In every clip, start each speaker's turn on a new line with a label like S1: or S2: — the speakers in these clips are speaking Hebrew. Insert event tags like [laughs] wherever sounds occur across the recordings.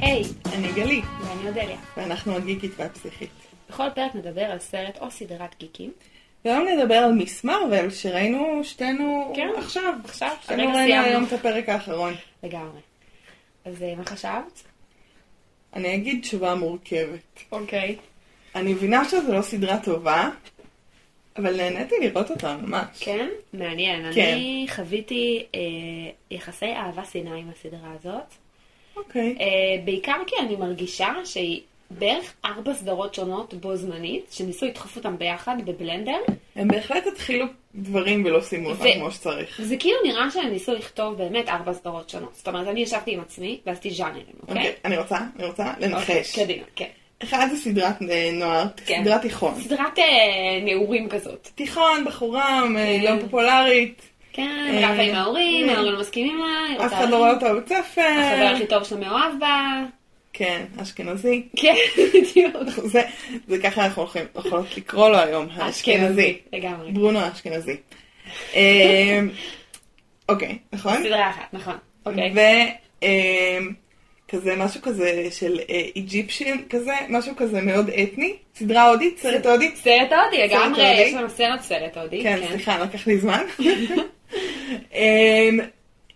S1: היי,
S2: אני גלית,
S1: ואני אודליה.
S2: ואנחנו הגיקית והפסיכית.
S1: בכל פרק נדבר על סרט או סדרת גיקים.
S2: והיום נדבר על מסמר ועל שראינו שתינו
S1: כן,
S2: עכשיו.
S1: עכשיו,
S2: שתינו
S1: הרגע
S2: ראינו
S1: סיימנו.
S2: היום את הפרק האחרון.
S1: לגמרי. אז אה, מה חשבת?
S2: אני אגיד תשובה מורכבת.
S1: אוקיי.
S2: אני מבינה שזו לא סדרה טובה, אבל נהניתי לראות אותה ממש.
S1: כן? מעניין.
S2: כן.
S1: אני חוויתי אה, יחסי אהבה שנאה עם הסדרה הזאת.
S2: אוקיי.
S1: אה, בעיקר כי אני מרגישה שהיא בערך ארבע סדרות שונות בו זמנית, שניסו לדחוף אותן ביחד בבלנדר.
S2: הם בהחלט התחילו דברים ולא סיימו אותם
S1: ו-
S2: כמו שצריך.
S1: זה כאילו נראה שהם ניסו לכתוב באמת ארבע סדרות שונות. זאת אומרת, אני ישבתי עם עצמי ועשיתי ז'אנרים, אוקיי?
S2: אוקיי, אני רוצה, אני רוצה
S1: אוקיי,
S2: לנחש.
S1: קדימה, כן.
S2: אחד זה סדרת אה, נוער,
S1: כן.
S2: סדרת תיכון.
S1: סדרת אה, נעורים כזאת.
S2: תיכון, בחורה אה,
S1: כן.
S2: לא פופולרית,
S1: כן,
S2: אה,
S1: רבה עם ההורים,
S2: אה.
S1: ההורים לא מסכימים לה, היא
S2: אף
S1: רוצה-
S2: אחד לא רואה אותה בבית
S1: החבר
S2: ספר.
S1: הכי טוב שלה מאוהב בה.
S2: כן, אשכנזי.
S1: כן, בדיוק.
S2: [laughs] זה, זה ככה אנחנו הולכים, יכולות לקרוא לו היום, האשכנזי.
S1: לגמרי.
S2: ברונו האשכנזי. אמ, אוקיי, נכון?
S1: סדרה אחת, נכון. אוקיי.
S2: וכזה משהו כזה של איג'יפשיאן כזה, משהו כזה מאוד אתני, סדרה הודית, סרט הודי.
S1: סרט הודי, לגמרי,
S2: הודי.
S1: יש לנו סצנות סרט הודי.
S2: כן, סליחה, לקח לי זמן. אמ,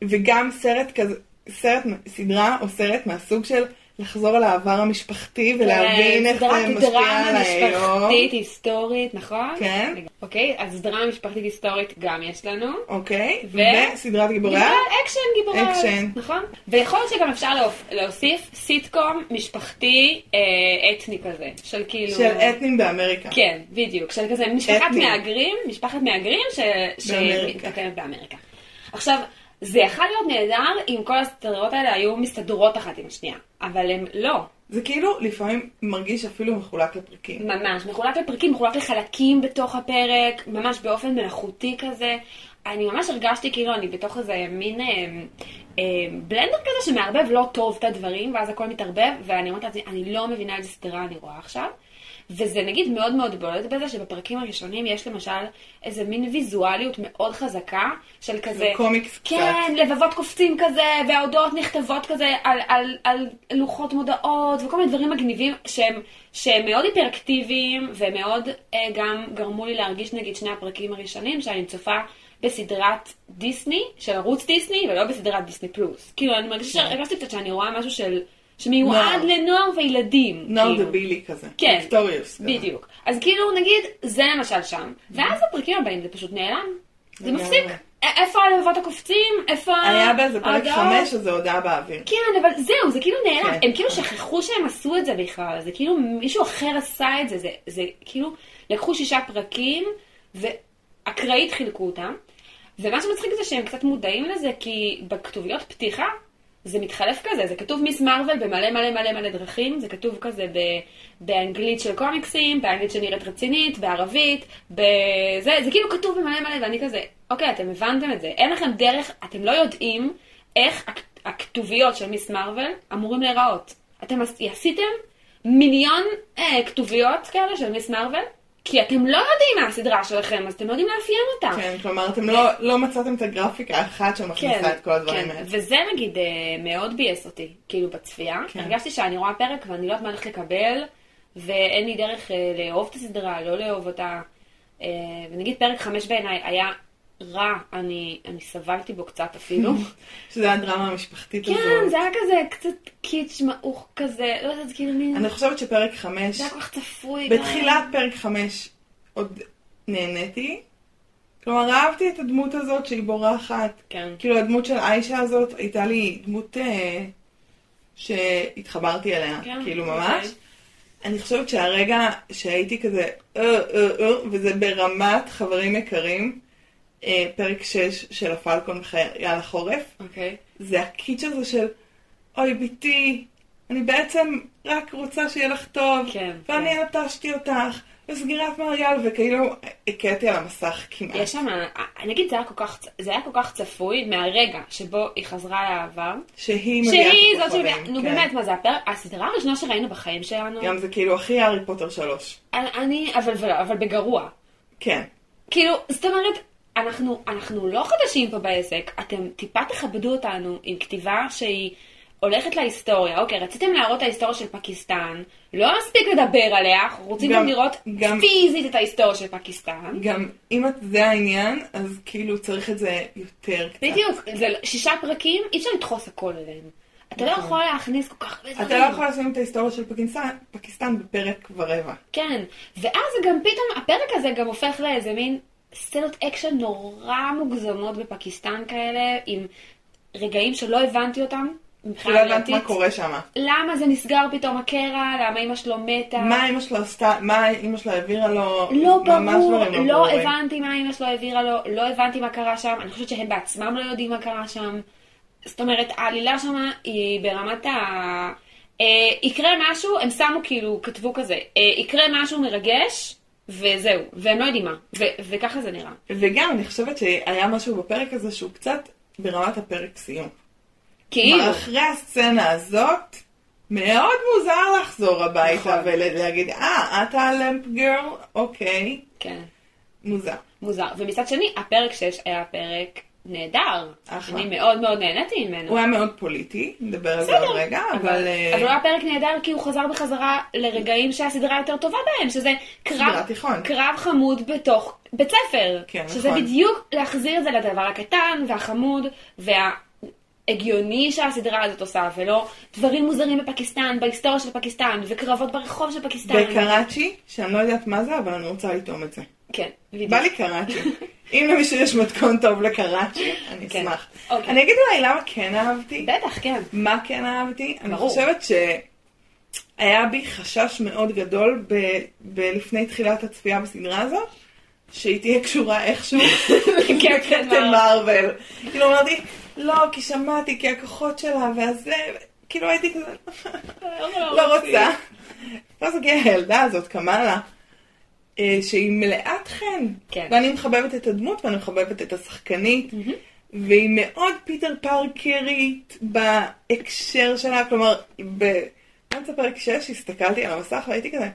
S2: וגם סרט כזה, סרט, סדרה או סרט מהסוג של לחזור על העבר המשפחתי ולהבין איך זה
S1: סדרת
S2: משפיע על
S1: דרמה
S2: היום.
S1: כן, משפחתית היסטורית, נכון?
S2: כן.
S1: אוקיי, אז דרמה משפחתית היסטורית גם יש לנו.
S2: אוקיי,
S1: ו-
S2: וסדרת גיבורי
S1: גיבורי
S2: על.
S1: על, אקשן גיבורי על,
S2: אקשן.
S1: נכון? ויכול להיות שגם אפשר להופ- להוסיף סיטקום משפחתי אה, אתני כזה, של כאילו...
S2: של אתנים באמריקה.
S1: כן, בדיוק. של כזה משפחת
S2: אתני.
S1: מהגרים, משפחת מהגרים ש...
S2: באמריקה.
S1: שמתקיימת באמריקה. עכשיו, זה יכול להיות נהדר אם כל הסדרות האלה היו מסתדרות אחת עם השנייה, אבל הם לא.
S2: זה כאילו לפעמים מרגיש אפילו מחולק לפרקים.
S1: ממש, מחולק לפרקים, מחולק לחלקים בתוך הפרק, ממש באופן מלאכותי כזה. אני ממש הרגשתי כאילו אני בתוך איזה מין אה, אה, בלנדר כזה שמערבב לא טוב את הדברים, ואז הכל מתערבב, ואני אומרת לעצמי, אני לא מבינה איזה סדרה אני רואה עכשיו. וזה נגיד מאוד מאוד בולט בזה שבפרקים הראשונים יש למשל איזה מין ויזואליות מאוד חזקה של כזה...
S2: קומיקס קצת.
S1: כן, לבבות קופצים כזה, וההודעות נכתבות כזה על, על, על לוחות מודעות, וכל מיני דברים מגניבים שהם, שהם מאוד היפראקטיביים, ומאוד אה, גם גרמו לי להרגיש נגיד שני הפרקים הראשונים, שאני צופה בסדרת דיסני, של ערוץ דיסני, ולא בסדרת דיסני פלוס. כאילו, אני מרגישה, הרגשתי קצת שאני רואה משהו של... שמיועד
S2: כן. נוער.
S1: לנוער וילדים.
S2: נוער
S1: כאילו.
S2: דבילי כזה.
S1: כן.
S2: ויקטוריוס. כזה.
S1: בדיוק. אז כאילו, נגיד, זה למשל שם, ואז בפרקים הבאים זה פשוט נעלם. זה
S2: Mm-hmm. לגמרי.
S1: מפסיק. א- איפה הלבבות הקופצים? איפה...
S2: היה באיזה פרק
S1: ההודעות?
S2: חמש, אז זה הודעה באוויר.
S1: כן, אבל זהו, זה כאילו נעלם.
S2: כן.
S1: הם כאילו שכחו שהם עשו את זה בכלל, זה כאילו מישהו אחר עשה את זה. זה, זה כאילו, לקחו שישה פרקים, ואקראית חילקו אותם. ומה שמצחיק זה שהם קצת מודעים לזה, כי בכתוביות פתיחה זה מתחלף כזה, זה כתוב מיס מרוויל במלא מלא מלא מלא דרכים, זה כתוב כזה ב, באנגלית של קומיקסים, באנגלית שנראית רצינית, בערבית, בזה, זה כאילו כתוב במלא מלא, ואני כזה, אוקיי, אתם הבנתם את זה, אין לכם דרך, אתם לא יודעים איך הכ- הכתוביות של מיס מרוויל אמורים להיראות. אתם עש- עשיתם מיליון אה, כתוביות כאלה של מיס מרוויל, כי אתם לא יודעים מה הסדרה שלכם, אז אתם לא יודעים לאפיין אותה. כן.
S2: כן, כלומר, אתם לא- לא מצאתם את הגרפיקה האחת שמכניסה את כל הדברים האלה.
S1: וזה נגיד אה, מאוד ביאס אותי, כאילו בצפייה.
S2: כן.
S1: הרגשתי שאני רואה פרק ואני לא יודעת מה הולכת לקבל, ואין לי דרך אה, לאהוב את הסדרה, לא לאהוב אותה. אה, ונגיד פרק חמש בעיניי היה רע, אני, אני סבלתי בו קצת
S2: [laughs]
S1: אפילו.
S2: שזה הדרמה המשפחתית הזאת.
S1: כן, זה היה כזה קצת קיץ' מעוך כזה, לא יודעת, כאילו מין...
S2: אני חושבת שפרק חמש,
S1: זה היה כל כך צפוי.
S2: בתחילת פרק חמש עוד נהניתי. כלומר, אהבתי את הדמות הזאת שהיא בורחת.
S1: כן.
S2: כאילו, הדמות של עיישה הזאת הייתה לי דמות אה, שהתחברתי אליה,
S1: כן,
S2: כאילו
S1: אוקיי.
S2: ממש. אני חושבת שהרגע שהייתי כזה, אה, אה, אה, וזה ברמת חברים יקרים, אה, פרק 6 של הפלקון וחייל החורף,
S1: אוקיי.
S2: זה הקיץ' הזה של, אוי ביתי, אני בעצם רק רוצה שיהיה לך טוב,
S1: כן,
S2: ואני
S1: כן.
S2: נטשתי אותך, וסגירת מעגל, וכאילו הכיתי על המסך כמעט.
S1: יש שם, נגיד זה היה כל כך, צ- זה היה כל כך צפוי מהרגע שבו היא חזרה לעבר,
S2: שהיא מביאה
S1: שהיא
S2: את
S1: זאת
S2: הכוכבים,
S1: שמביאה, נו
S2: כן.
S1: באמת, מה זה הפרק? הסדרה הראשונה שראינו בחיים שלנו,
S2: גם זה כאילו הכי הארי פוטר שלוש.
S1: אני, אבל- אבל אבל בגרוע.
S2: כן.
S1: כאילו, זאת אומרת, אנחנו, אנחנו לא חדשים פה בעסק, אתם טיפה תכבדו אותנו עם כתיבה שהיא הולכת להיסטוריה, אוקיי, רציתם להראות את ההיסטוריה של פקיסטן, לא מספיק לדבר עליה, אנחנו רוצים גם,
S2: גם-
S1: לראות
S2: גם-
S1: פיזית את ההיסטוריה של פקיסטן.
S2: גם אם את זה העניין, אז כאילו צריך את זה יותר קצת.
S1: בדיוק, זה שישה פרקים, אי אפשר לדחוס הכל עליהם. אתה לא יכול להכניס כל כך הרבה דברים.
S2: נכון. אתה לא יכול לשים את ההיסטוריה של פקיסטן, פקיסטן בפרק ורבע.
S1: כן, ואז גם פתאום, הפרק הזה גם הופך לאיזה מין סצנות אקשן נורא מוגזמות בפקיסטן כאלה, עם רגעים שלא הבנתי אותם,
S2: לא
S1: מבחינה
S2: יודעת
S1: עלילתית.
S2: מה קורה שם.
S1: למה זה נסגר פתאום הקרע, למה אמא שלו מתה.
S2: מה אימא שלו עשתה, מה אימא שלו העבירה לו,
S1: לא
S2: ממש
S1: ברור,
S2: דברים
S1: לא
S2: ברורים.
S1: הבנתי מה אמא שלו העבירה לו, לא הבנתי מה קרה שם, אני חושבת שהם בעצמם לא יודעים מה קרה שם. זאת אומרת, העלילה שם היא ברמת ה... אה, יקרה משהו, הם שמו כאילו, כתבו כזה, אה, יקרה משהו מרגש, וזהו, והם לא יודעים מה, ו- וככה זה נראה.
S2: וגם אני חושבת שהיה משהו בפרק הזה שהוא קצת ברמת הפרק סיום.
S1: כאילו,
S2: אחרי הסצנה הזאת, מאוד מוזר לחזור
S1: נכון.
S2: הביתה ולהגיד, אה, את הלמפ גרל? אוקיי,
S1: כן,
S2: מוזר.
S1: מוזר. ומצד שני, הפרק 6 היה פרק נהדר.
S2: אחלה.
S1: אני מאוד מאוד נהניתי ממנו.
S2: הוא היה מאוד פוליטי, נדבר על זה
S1: בסדר.
S2: עוד רגע, אבל... אה,
S1: אבל הוא היה פרק נהדר כי הוא חזר בחזרה לרגעים שהסדרה יותר טובה בהם, שזה
S2: סדרה
S1: קרב,
S2: תיכון.
S1: קרב חמוד בתוך בית ספר.
S2: כן,
S1: שזה
S2: נכון.
S1: בדיוק להחזיר את זה לדבר הקטן והחמוד וההגיוני שהסדרה הזאת עושה, ולא דברים מוזרים בפקיסטן, בהיסטוריה של פקיסטן, וקרבות ברחוב של פקיסטן.
S2: בקראצ'י, שאני לא יודעת מה זה, אבל אני רוצה לטעום את זה.
S1: כן, בדיוק.
S2: בא לי קראצ'י. אם למישהו יש מתכון טוב לקראצ'י, אני
S1: כן.
S2: אשמח.
S1: אוקיי.
S2: אני אגיד אולי למה כן אהבתי.
S1: בטח, כן.
S2: מה כן אהבתי? אני
S1: ברור.
S2: חושבת שהיה בי חשש מאוד גדול ב... בלפני תחילת הצפייה בסדרה הזאת, שהיא תהיה קשורה
S1: [laughs]
S2: איכשהו
S1: כן,
S2: לקפטן מרוויל. כאילו אמרתי, לא, כי שמעתי, כי הכוחות שלה, והזה, כאילו הייתי כזה, לא רוצה. ואז הגיעה הילדה הזאת, קמאלה, אה, שהיא מלאת חן.
S1: כן.
S2: ואני מחבבת את הדמות ואני מחבבת את השחקנית. והיא מאוד פיטר פארקרית בהקשר שלה, כלומר, באמצע פרק 6 הסתכלתי על המסך והייתי כזה,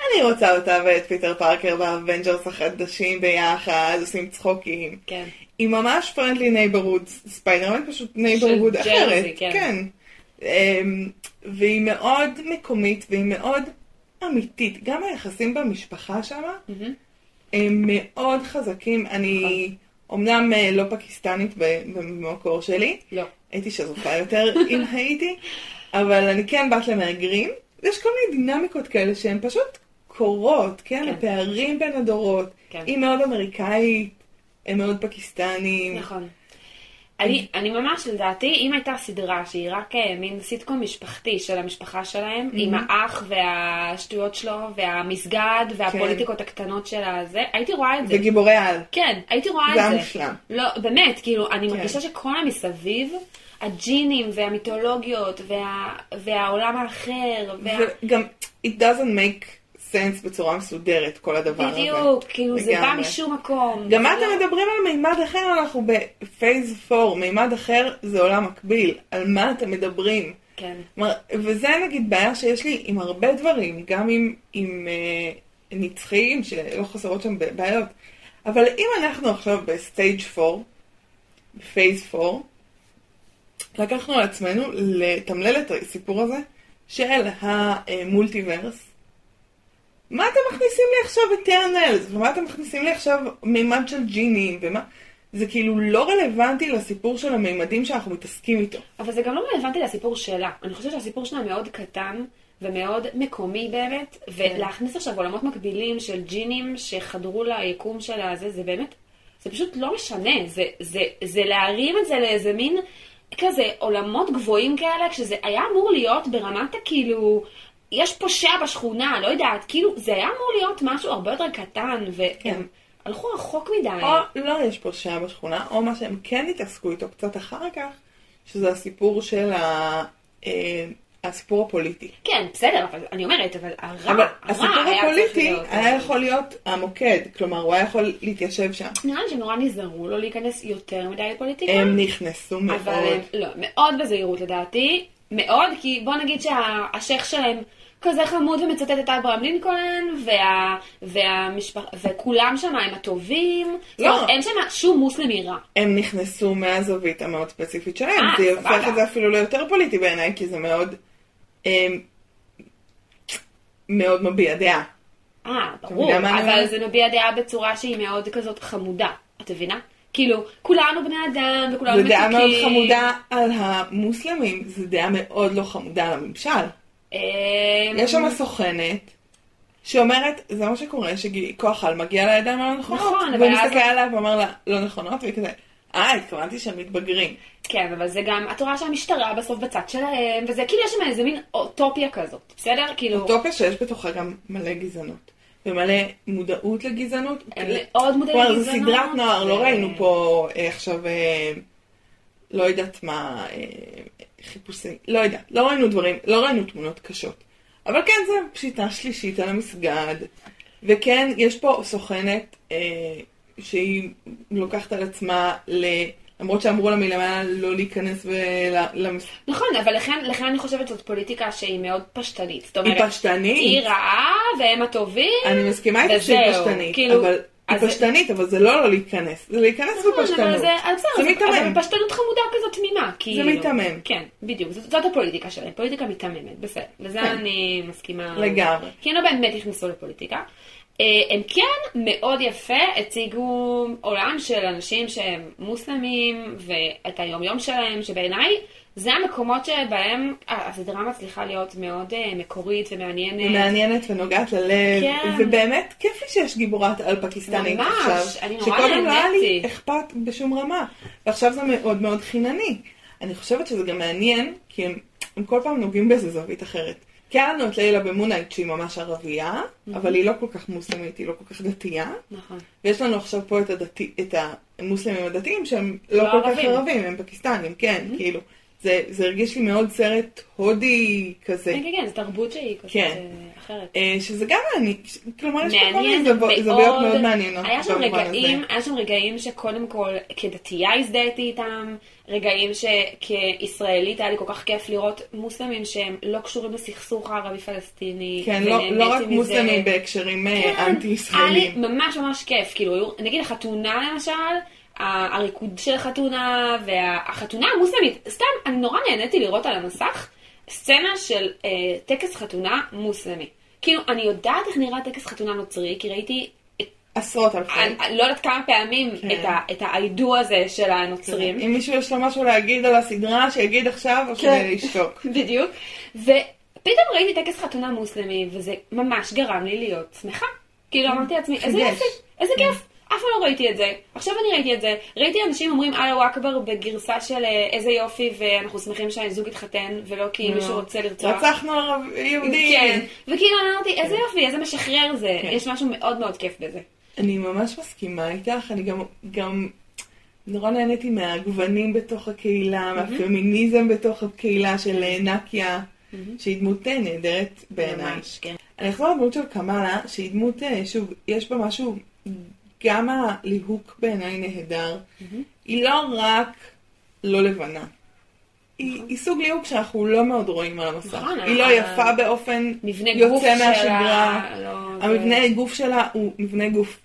S2: אני רוצה אותה ואת פיטר פארקר באבנג'רס החדשים ביחד, עושים צחוקים.
S1: כן.
S2: היא ממש פרנדלי נייברהוד, ספיידרמן פשוט נייברהוד
S1: של ג'רזי,
S2: אחרת.
S1: כן.
S2: כן. אמ, והיא מאוד מקומית והיא מאוד אמיתית. גם היחסים במשפחה שם
S1: מהמם. נכון.
S2: הם מאוד חזקים. אני אומנם אה, לא פקיסטנית ב- במקור שלי,
S1: לא.
S2: הייתי שזופה יותר
S1: [laughs]
S2: אם הייתי, אבל אני כן בת למהגרים. יש כל מיני דינמיקות כאלה שהן פשוט קורות, כן?
S1: כן.
S2: הפערים בין הדורות.
S1: כן.
S2: היא מאוד אמריקאית, הם מאוד פקיסטנים.
S1: נכון. אני, אני ממש לדעתי, אם הייתה סדרה שהיא רק אה, מין סיטקום משפחתי של המשפחה שלהם, mm-hmm. עם האח והשטויות שלו, והמסגד, והפוליטיקות הקטנות של הזה, הייתי רואה את זה.
S2: וגיבורי על.
S1: כן, הייתי רואה את
S2: זה
S1: זה.
S2: היה מושלם.
S1: לא, באמת, כאילו, אני מרגישה שכל המסביב, הג'ינים והמיתולוגיות, וה, והעולם האחר, וה...
S2: וגם, it doesn't make sense בצורה מסודרת, כל הדבר הזה.
S1: בדיוק, כאילו זה בא
S2: לגמרי.
S1: משום מקום.
S2: גם
S1: זה
S2: מה אתם
S1: לא-
S2: מדברים על מימד אחר, אנחנו בפייס 4, מימד אחר זה עולם מקביל, על מה אתם מדברים.
S1: כן,
S2: כלומר, וזה נגיד בעיה שיש לי עם הרבה דברים, גם עם, עם אה, נצחיים, שלא חסרות שם בעיות. אבל אם אנחנו עכשיו בסטייג' 4, בפייס 4, לקחנו על עצמנו לתמלל את הסיפור הזה של המולטיברס. מה אתם מכניסים לי עכשיו אטרנלס? ומה אתם מכניסים לי עכשיו מימד של ג'ינים? ומה... זה כאילו לא רלוונטי לסיפור של המימדים שאנחנו מתעסקים איתו.
S1: אבל זה גם לא רלוונטי לסיפור שלה. אני חושבת שהסיפור שלה מאוד קטן ומאוד מקומי באמת,
S2: כן.
S1: ולהכניס עכשיו עולמות מקבילים של ג'ינים שחדרו ליקום שלה הזה, זה באמת, זה פשוט לא משנה. זה, זה, זה להרים את זה לאיזה מין כזה עולמות גבוהים כאלה, כשזה היה אמור להיות ברמת הכאילו... יש פושע בשכונה, לא יודעת, כאילו, זה היה אמור להיות משהו הרבה יותר קטן, והם
S2: כן.
S1: הלכו רחוק מדי.
S2: או לא יש פה שעה בשכונה, או מה שהם כן התעסקו איתו קצת אחר כך, שזה הסיפור של ה... אה, הסיפור הפוליטי.
S1: כן, בסדר, אבל אני אומרת, אבל הרע,
S2: אבל
S1: הרע
S2: הסיפור
S1: היה צריך
S2: הפוליטי
S1: להיות-
S2: היה יכול להיות המוקד, כלומר הוא היה יכול להתיישב שם.
S1: נראה לי שנורא נזהרו לא להיכנס יותר מדי לפוליטיקה.
S2: הם נכנסו מאוד.
S1: אבל הם- לא, מאוד בזהירות לדעתי. מאוד, כי בוא נגיד שהשייח שלהם כזה חמוד ומצטט את אברהם לינקולן, וה, והמשפח... וכולם שם הם הטובים.
S2: לא.
S1: זאת אומרת, אין שם שום מוסלמי רע.
S2: הם נכנסו מהזווית המאוד ספציפית שלהם,
S1: אה,
S2: זה
S1: סבבה.
S2: הופך את זה אפילו ליותר פוליטי בעיניי, כי זה מאוד, אמ, מאוד מביע דעה.
S1: אה,
S2: אתה
S1: ברור,
S2: מבינה מה אני
S1: אבל
S2: אומרת?
S1: זה מביע דעה בצורה שהיא מאוד כזאת חמודה, את מבינה? כאילו, כולנו בני אדם, וכולנו
S2: זו
S1: מתוקים.
S2: דעה מאוד חמודה על המוסלמים, זו דעה מאוד לא חמודה על הממשל.
S1: אמ,
S2: יש שם סוכנת שאומרת, זה מה שקורה, שכוח על מגיע לידיים הלא נכונות.
S1: נכון, אבל
S2: והוא
S1: אז-
S2: מסתכל עליו ואומר לה, לא נכונות, והיא כזה, אה, התכוונתי שהם מתבגרים.
S1: כן, אבל זה גם, את רואה שהמשטרה בסוף בצד שלהם, וזה כאילו יש שם איזה מין אוטופיה כזאת, בסדר? כאילו,
S2: אוטופיה שיש בתוכה גם מלא גזענות. ומלא מודעות לגזענות.
S1: הם מאוד מודעים
S2: כלומר,
S1: אה, לגזענות.
S2: זו סדרת נוער, לא
S1: ו-
S2: ראינו פה אה, עכשיו, אה, לא יודעת מה, אה, חיפושי, לא יודעת, לא ראינו דברים, לא ראינו תמונות קשות. אבל כן, זו פשיטה שלישית על המסגד. וכן, יש פה סוכנת אה, שהיא לוקחת על עצמה, ל... למרות שאמרו לה מלמעלה לא להיכנס ולמסגד.
S1: נכון, אבל לכן, לכן אני חושבת שזאת פוליטיקה שהיא מאוד פשטנית. זאת
S2: היא
S1: אומרת,
S2: פשטנית.
S1: היא רעה, והם הטובים.
S2: אני מסכימה איתך
S1: וזהו,
S2: שהיא פשטנית,
S1: כאילו,
S2: אבל היא
S1: אז זה-
S2: פשטנית, אבל זה לא לא להיכנס, זה להיכנס
S1: נכון, אבל
S2: בפשטנות.
S1: זה, אז בסדר,
S2: זה
S1: אבל-
S2: מיתמם.
S1: אבל פשטנות חמודה כזאת תמימה. כאילו.
S2: מיתמם.
S1: כן, בדיוק. זאת, זאת הפוליטיקה שלהם, פוליטיקה מיתממת, בסדר. לזה
S2: כן.
S1: אני מסכימה.
S2: לגמרי.
S1: כי הם לא באמת נכנסו לפוליטיקה. אה, הם כן מאוד יפה הציגו עולם של אנשים שהם מוסלמים, ואת היומיום שלהם, שבעיניי זה המקומות שבהם ה- הסדרה מצליחה להיות מאוד אה, מקורית ומעניינת.
S2: היא מעניינת ונוגעת ללב,
S1: כן.
S2: ובאמת כיף לי שיש גיבורת על פקיסטנית
S1: ממש,
S2: עכשיו,
S1: אני נורא
S2: שקודם לא היה לי
S1: נהניתי.
S2: אכפת בשום רמה, ועכשיו זה מאוד מאוד חינני. אני חושבת שזה גם מעניין, כי הם, הם כל פעם נוגעים באיזה זווית אחרת. כי היה לנו את לילה במונייט שהיא ממש ערבייה, אבל היא לא כל כך מוסלמית, היא לא כל כך דתייה.
S1: נכון.
S2: ויש לנו עכשיו פה את, הדתי, את המוסלמים הדתיים שהם לא,
S1: לא
S2: כל כך
S1: ערבים.
S2: ערבים, הם פקיסטנים, כן, mm-hmm. כאילו. זה, זה הרגיש לי מאוד סרט הודי כזה,
S1: כן, כן, כן, זו תרבות שהיא כזאת
S2: כן.
S1: אה, אחרת.
S2: אה, שזה גם מעניין, ש- כלומר יש פה כל מיני
S1: מעניין
S2: זוויות
S1: מאוד.
S2: זוויות מאוד מעניינות.
S1: היה שם
S2: במובן
S1: רגעים,
S2: הזה.
S1: היה שם רגעים שקודם כל כדתייה הזדהיתי איתם, רגעים שכישראלית היה לי כל כך כיף לראות מוסלמים שהם לא קשורים לסכסוך הערבי-פלסטיני.
S2: כן, לא,
S1: ונהניתי
S2: לא רק
S1: מזה.
S2: מוסלמים בהקשרים
S1: כן,
S2: אה,
S1: היה לי
S2: אנטי-ישראלים.
S1: ממש ממש כיף, כאילו, היו- נגיד החתונה למשל, ה- הריקוד של החתונה, והחתונה המוסלמית, סתם, אני נורא נהניתי לראות על המסך סצנה של אה, טקס חתונה מוסלמי. כאילו, אני יודעת איך נראה טקס חתונה נוצרי, כי ראיתי את,
S2: עשרות אלפי.
S1: אני, לא יודעת כמה פעמים
S2: כן.
S1: את, ה, את העידו הזה של הנוצרים.
S2: אם מישהו יש לו משהו להגיד על הסדרה, שיגיד עכשיו או
S1: כן.
S2: שישתוק.
S1: בדיוק. ופתאום ראיתי טקס חתונה מוסלמי, וזה ממש גרם לי להיות שמחה. כאילו אמרתי לעצמי, איזה
S2: חידש.
S1: יופי, איזה כיף. אף פעם לא ראיתי את זה, עכשיו אני ראיתי את זה. ראיתי אנשים אומרים אללה אכבר בגרסה של אה, איזה יופי, ואנחנו שמחים שהזוג התחתן, ולא כי מישהו רוצה לרצוח.
S2: רצחנו ערב יהודים.
S1: כן. וכאילו אמרתי, איזה יופי, איזה משחרר זה.
S2: כן.
S1: יש משהו מאוד מאוד כיף בזה.
S2: אני ממש מסכימה איתך, אני גם, גם נורא נהניתי מהגוונים בתוך הקהילה,
S1: Mhm.
S2: מהפמיניזם בתוך הקהילה של אה, נקיה, שהיא דמות אה, נהדרת בעיניי.
S1: Mhm. ממש, כן.
S2: אני אחזור לדמות של קמאלה, שהיא דמות, אה, שוב, יש בה משהו, גם הליהוק בעיניי נהדר.
S1: Mhm.
S2: היא לא רק לא לבנה. היא, היא סוג ליהוק שאנחנו לא מאוד רואים על המסך.
S1: נכון,
S2: היא לא
S1: ה-
S2: יפה באופן
S1: מבנה גוף
S2: יוצא
S1: שלה,
S2: מהשגרה.
S1: לא, זה-
S2: המבנה גוף שלה הוא מבנה גוף,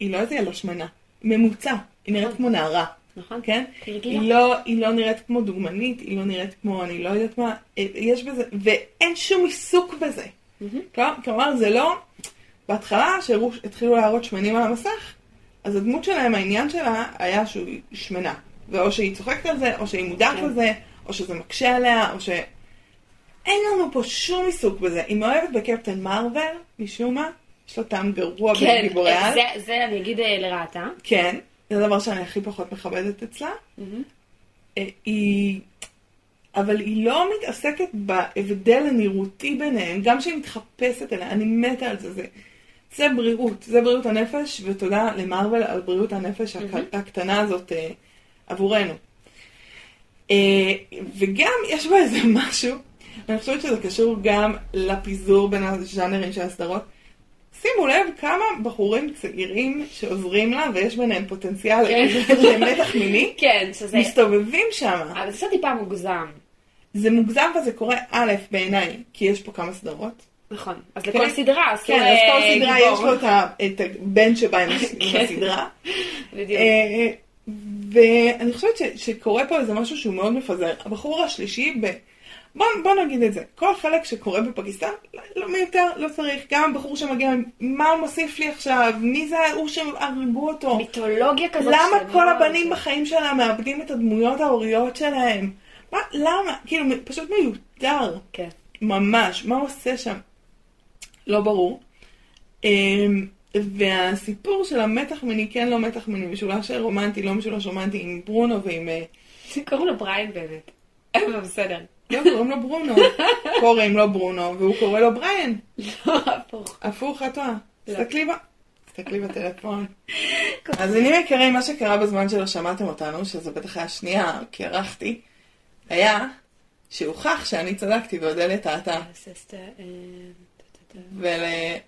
S2: היא לא איזה ילושמנה, ממוצע, היא נראית כמו נערה,
S1: נכון.
S2: כן?
S1: היא רגילה.
S2: היא לא, היא לא נראית כמו דוגמנית, היא לא נראית כמו אני לא יודעת מה, אה, יש בזה, ואין שום עיסוק בזה. כלומר- כלומר זה לא, בהתחלה שהתחילו להראות שמנים על המסך, אז הדמות שלהם, העניין שלה היה שהיא שמנה, ואו שהיא צוחקת על זה, או שהיא מודעת
S1: כן.
S2: לזה, או שזה מקשה עליה, או ש... אין לנו פה שום עיסוק בזה. היא מאוהבת בקפטן מרוויל, משום מה, יש לו טעם גרוע
S1: כן,
S2: בגיבורי לא על.
S1: זה- זה אני אגיד אה, לרעתה.
S2: כן, זה הדבר שאני הכי פחות מכבדת אצלה. אה, היא... אבל היא לא מתעסקת בהבדל הנראותי ביניהם, גם כשהיא מתחפשת אליה, אני מתה על זה, זה, זה בריאות, זה בריאות הנפש, ותודה למרוויל על בריאות הנפש הק- הקטנה הזאת אה, עבורנו. אה, וגם יש בה איזה משהו, ואני חושבת שזה קשור גם לפיזור בין הז'אנרים של הסדרות. שימו לב כמה בחורים צעירים שעוזרים לה, ויש ביניהם פוטנציאל
S1: כן.
S2: [laughs] למתח מיני,
S1: כן, שזה...
S2: מסתובבים שם.
S1: אבל זה קצת טיפה מוגזם.
S2: זה מוגזם וזה קורה א' בעיניי, כי יש פה כמה סדרות,
S1: נכון. אז לכל
S2: כן.
S1: סדרה אסור
S2: כן, אז
S1: אה,
S2: כל סדרה יש
S1: לגבור.
S2: לו את ה- את הבן שבא עם הס- עם
S1: כן. [laughs]
S2: הסדרה.
S1: בדיוק.
S2: אה, ואני חושבת ש- שקורה פה איזה משהו שהוא מאוד מפזר. הבחור השלישי ב... בוא, בוא נגיד את זה, כל חלק שקורה בפקיסטן, לא- לא מיותר, לא צריך. גם הבחור שמגיע, מה הוא מוסיף לי עכשיו? מי זה ההוא שהרגו אותו?
S1: מיתולוגיה כזאת. לא
S2: למה
S1: של
S2: כל
S1: הדבר
S2: הבנים
S1: הזה.
S2: בחיים שלה מאבדים את הדמויות ההוריות שלהם? מה, למה? כאילו, מ- פשוט מיותר.
S1: [laughs] כן.
S2: ממש, מה הוא עושה שם? לא ברור. אמ, והסיפור של המתח מיני, כן לא מתח מיני, משולש רומנטי, לא משולש רומנטי, עם ברונו ועם... אה,
S1: קוראים לו בריין באמת. [laughs] אבל בסדר.
S2: לא, קוראים לו ברונו. קוראים לו ברונו, והוא קורא לו בריאן.
S1: לא, הפוך.
S2: הפוך, את טועה.
S1: לא.
S2: תסתכלי ב... תסתכלי
S1: [laughs]
S2: בטלפון. אז אני מכירה מה שקרה בזמן שלא שמעתם אותנו, שזה בטח היה שנייה, כי ערכתי, היה שהוכח שאני צדקתי ואודליה טעתה.
S1: אה,
S2: אה.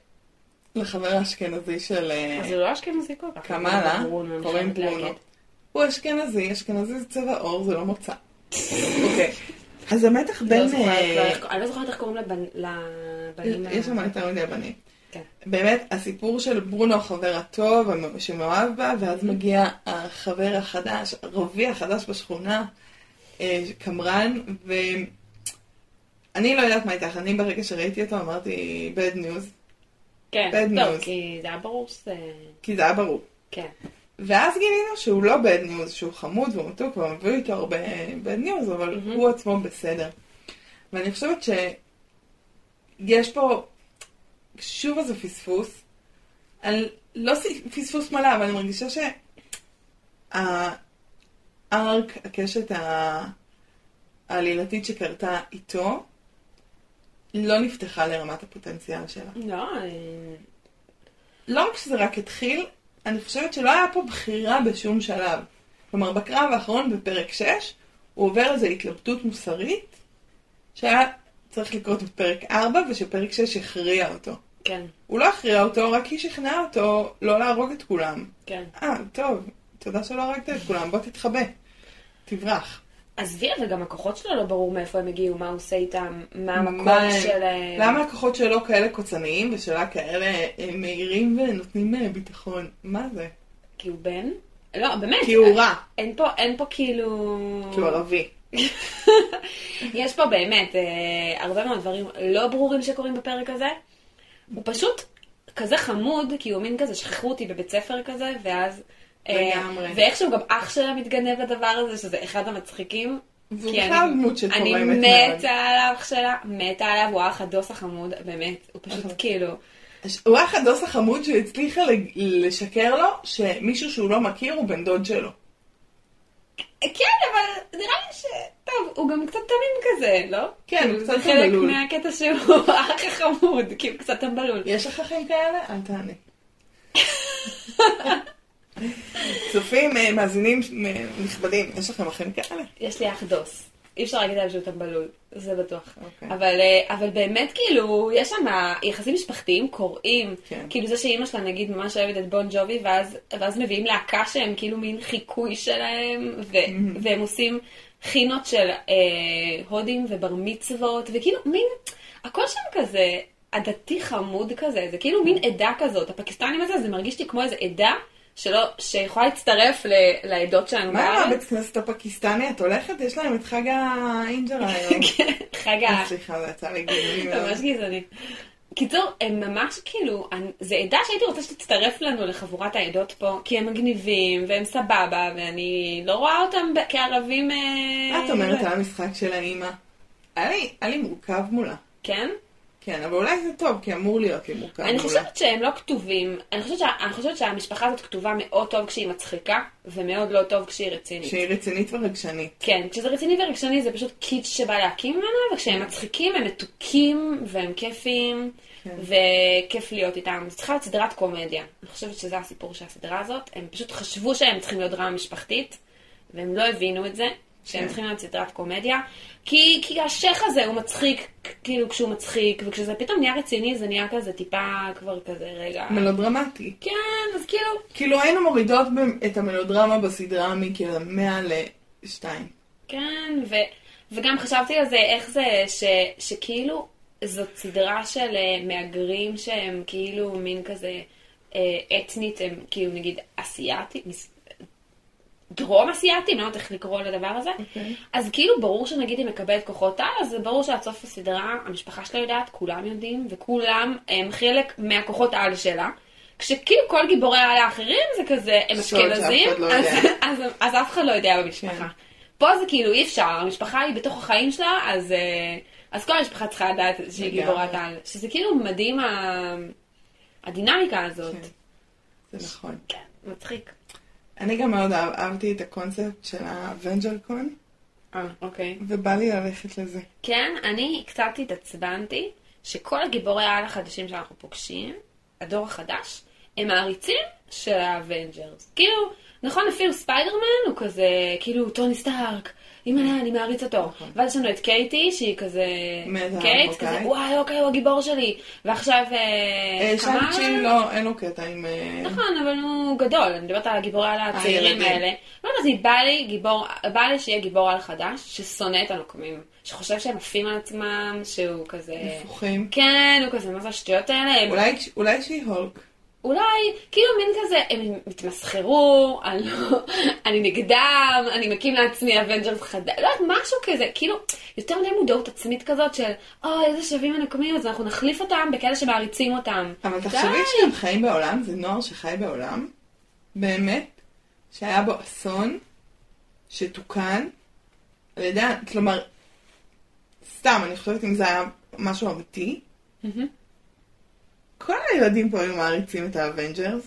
S2: ולחבר האשכנזי של... אה,
S1: אז זה לא אשכנזי כל כך.
S2: קמאלה,
S1: ברונו, אני
S2: קוראים
S1: חייבת
S2: ברונו.
S1: להגיד.
S2: הוא אשכנזי, אשכנזי זה צבע עור, זה לא מוצא. אוקיי. אז המתח
S1: לא
S2: בין...
S1: זוכרת,
S2: אה,
S1: לא- אני לא זוכרת איך קוראים לבנ- לבנים.
S2: יש שם
S1: ה-
S2: יותר מדי בנים.
S1: כן.
S2: באמת, הסיפור של ברונו, החבר הטוב, המ- שמאוהב בה, ואז מגיע החבר החדש, הרביע החדש בשכונה, אה, קמרן, ואני לא יודעת מה איתך, אני ברגע שראיתי אותו אמרתי bad news,
S1: כן.
S2: Bad
S1: טוב,
S2: news.
S1: כי זה היה ברור שזה...
S2: כי זה היה ברור.
S1: כן.
S2: ואז גילינו שהוא לא bad news, שהוא חמוד והוא מתוק והוא מביא איתו הרבה אה, bad news, אבל
S1: Mhm.
S2: הוא עצמו בסדר. ואני חושבת שיש פה שוב איזה פספוס, על... לא ס- פספוס מלא, אבל אני מרגישה שהארק, הקשת ה- העלילתית שקרתה איתו, לא נפתחה לרמת הפוטנציאל שלה.
S1: לא, אה,
S2: לא רק שזה רק התחיל, אני חושבת שלא היה פה בחירה בשום שלב. כלומר, בקרב האחרון בפרק 6, הוא עובר איזו התלבטות מוסרית, שהיה צריך לקרות בפרק 4, ושפרק 6 הכריע אותו.
S1: כן,
S2: הוא לא הכריע אותו, רק היא שכנעה אותו לא להרוג את כולם.
S1: כן.
S2: אה, טוב, תודה שלא הרגת את כולם, בוא תתחבא. תברח.
S1: עזבי, אבל גם הכוחות שלו לא ברור מאיפה הם הגיעו, מה הוא עושה איתם, מה המקום
S2: מה-
S1: שלהם.
S2: למה הכוחות שלו כאלה קוצניים ושלה כאלה אה, מהירים ונותנים אה, ביטחון? מה זה?
S1: כי הוא בן? לא, באמת.
S2: כי הוא רע,
S1: אין פה, אין פה כאילו...
S2: כי הוא ערבי.
S1: יש פה באמת אה, הרבה מאוד דברים לא ברורים שקורים בפרק הזה. הוא פשוט כזה חמוד, כי הוא מין כזה, שכחו אותי בבית ספר כזה, ואז... אה,
S2: לגמרי.
S1: ואיכשהו גם אח שלה מתגנב לדבר הזה, שזה אחד המצחיקים.
S2: והוא
S1: כי
S2: בכלל
S1: אני-
S2: דמות שתורמת
S1: אני
S2: מאוד.
S1: מתה על אח שלה, מתה עליו, הוא האח הדוס החמוד, באמת, הוא פשוט
S2: נכון.
S1: כאילו...
S2: הוא היה חדוס החמוד שהצליחה לג- לשקר לו שמישהו שהוא לא מכיר הוא בן דוד שלו.
S1: כן, אבל נראה לי ש... טוב, הוא גם קצת תמים כזה, לא?
S2: כן,
S1: כאילו,
S2: הוא קצת
S1: זה חלק
S2: טמבלול.
S1: מהקטע שהוא [laughs] האח החמוד, כי הוא קצת טמבלול.
S2: יש לך אחים כאלה? אל תענה.
S1: [laughs]
S2: צופים, אה, מאזינים אה, נכבדים, יש לכם אחים כאלה?
S1: יש לי אח דוס. אי אפשר להגיד עליו שהוא טמבלול, זה בטוח.
S2: אוקיי.
S1: אבל, אה, אבל באמת, כאילו, יש שם יחסים משפחתיים קוראים.
S2: כן.
S1: כאילו זה שאימא שלה, נגיד, ממש אוהבת את בון ג'ובי, ואז, ואז מביאים להקה שהם כאילו מין חיקוי שלהם, ו-
S2: Mm-hmm.
S1: והם עושים חינות של אה, הודים ובר מצוות, וכאילו, מין, הכל שם כזה עדתי חמוד כזה, זה כאילו מין עדה כזאת. הפקיסטנים הזה, זה מרגיש לי כמו איזה עדה. שלא, שיכולה להצטרף ל- לעדות שלנו
S2: מה עם הבית כנסת הפקיסטני? את הולכת? יש להם את חג
S1: [laughs]
S2: האינג'ר היום.
S1: חג ה...
S2: סליחה, זה יצא לי גדולי כן. מאוד.
S1: ממש גזענית. קיצור, הם ממש כאילו, אני- זה עדה שהייתי רוצה שתצטרף לנו לחבורת העדות פה, כי הם מגניבים, והם סבבה, ואני לא רואה אותם ב- כערבים... אה,
S2: מה את אומרת
S1: זה.
S2: על המשחק של האימא? היה לי- היה לי מורכב מולה.
S1: כן?
S2: כן, אבל אולי זה טוב, כי אמור להיות לי מורכב
S1: אני
S2: מולה.
S1: חושבת שהם לא כתובים, אני חושבת, שה, אני חושבת שהמשפחה הזאת כתובה מאוד טוב כשהיא מצחיקה, ומאוד לא טוב כשהיא רצינית.
S2: שהיא רצינית ורגשנית.
S1: כן, כשזה רציני ורגשני זה פשוט קיץ' שבא להקים ממנו, וכשהם מצחיקים הם מתוקים והם כיפיים,
S2: כן.
S1: וכיף להיות איתם. זה צריכה להיות סדרת קומדיה. אני חושבת שזה הסיפור של הסדרה הזאת. הם פשוט חשבו שהם צריכים להיות דרמה משפחתית, והם לא הבינו את זה, שהם
S2: כן.
S1: צריכים להיות סדרת קומדיה. כי, כי השייח הזה הוא מצחיק, כ- כאילו כשהוא מצחיק, וכשזה פתאום נהיה רציני זה נהיה כזה טיפה כבר כזה רגע.
S2: מלודרמטי.
S1: כן, אז כאילו,
S2: כאילו היינו מורידות ב- את המלודרמה בסדרה מכאילו 100 ל-2.
S1: כן, ו, וגם חשבתי על זה, איך זה ש, שכאילו, זאת סדרה של אה, מהגרים שהם כאילו מין כזה אה, אתנית, הם כאילו נגיד אסיאתים, מס- דרום אסיאתים, לא יודעת איך לקרוא לדבר הזה.
S2: אוקיי.
S1: אז כאילו ברור שנגיד היא מקבלת כוחות על, אז זה ברור שעד סוף הסדרה המשפחה שלה יודעת, כולם יודעים, וכולם אה, הם חלק מהכוחות על שלה. כשכאילו כל גיבורי העל האחרים זה כזה, הם
S2: סוד שאף אחד
S1: אשכנזים,
S2: לא
S1: אז,
S2: יודע.
S1: אז, אז אף אחד לא יודע במשפחה.
S2: כן.
S1: פה זה כאילו אי אפשר, המשפחה היא בתוך החיים שלה, אז, אה, אז כל המשפחה צריכה לדעת שהיא
S2: לגמרי.
S1: גיבורת על. שזה כאילו מדהים ה... הדינמיקה הזאת.
S2: כן. זה נכון.
S1: כן, מצחיק.
S2: אני גם מאוד אהב- אהבתי את הקונספט של האבנג'ר קון,
S1: אה, אוקיי.
S2: ובא לי ללכת לזה.
S1: כן, אני קצת התעצבנתי שכל הגיבורי העל החדשים שאנחנו פוגשים, הדור החדש, הם מעריצים של האבנג'רס. כאילו, נכון, אפילו ספיידרמן הוא כזה, כאילו, טוני סטארק, אם אני, אני מעריץ אותו.
S2: נכון.
S1: ואז יש לנו את קייטי, שהיא כזה...
S2: מתה,
S1: קייט,
S2: אוקיי.
S1: כזה, וואי, אוקיי, הוא הגיבור שלי. ועכשיו... אה,
S2: אה,
S1: קמאל?
S2: שיינג-צ'י לא, אין לו קטע עם... אה,
S1: נכון, אבל הוא גדול, אני מדברת על הגיבורי על הצעירים
S2: הילדים.
S1: האלה. לא יודעת, היא בא לי גיבור, בא לי שיהיה גיבור על חדש, ששונא את הנוקמים, שחושב שהם עפים על עצמם, שהוא כזה...
S2: נפוחים.
S1: כן, הוא כזה, מה זה השטויות האלה? הם-
S2: אולי- אולי שהיא הולק.
S1: אולי, כאילו מין כזה, הם התמסחרו, אני לא- אני נגדם, אני מקים לעצמי אבנג'רס חדש, לא יודעת, משהו כזה, כאילו, יותר מדי מודעות עצמית כזאת של, אוי, איזה שווים הנוקמים, אז אנחנו נחליף אותם בכאלה שמעריצים אותם.
S2: אבל
S1: די.
S2: תחשבי שהם חיים בעולם, זה נוער שחי בעולם, באמת, שהיה בו אסון, שתוקן, על ידי, כלומר, סתם, אני חושבת אם זה היה משהו אמיתי,
S1: מהמם.
S2: כל הילדים פה היו מעריצים את האבנג'רס,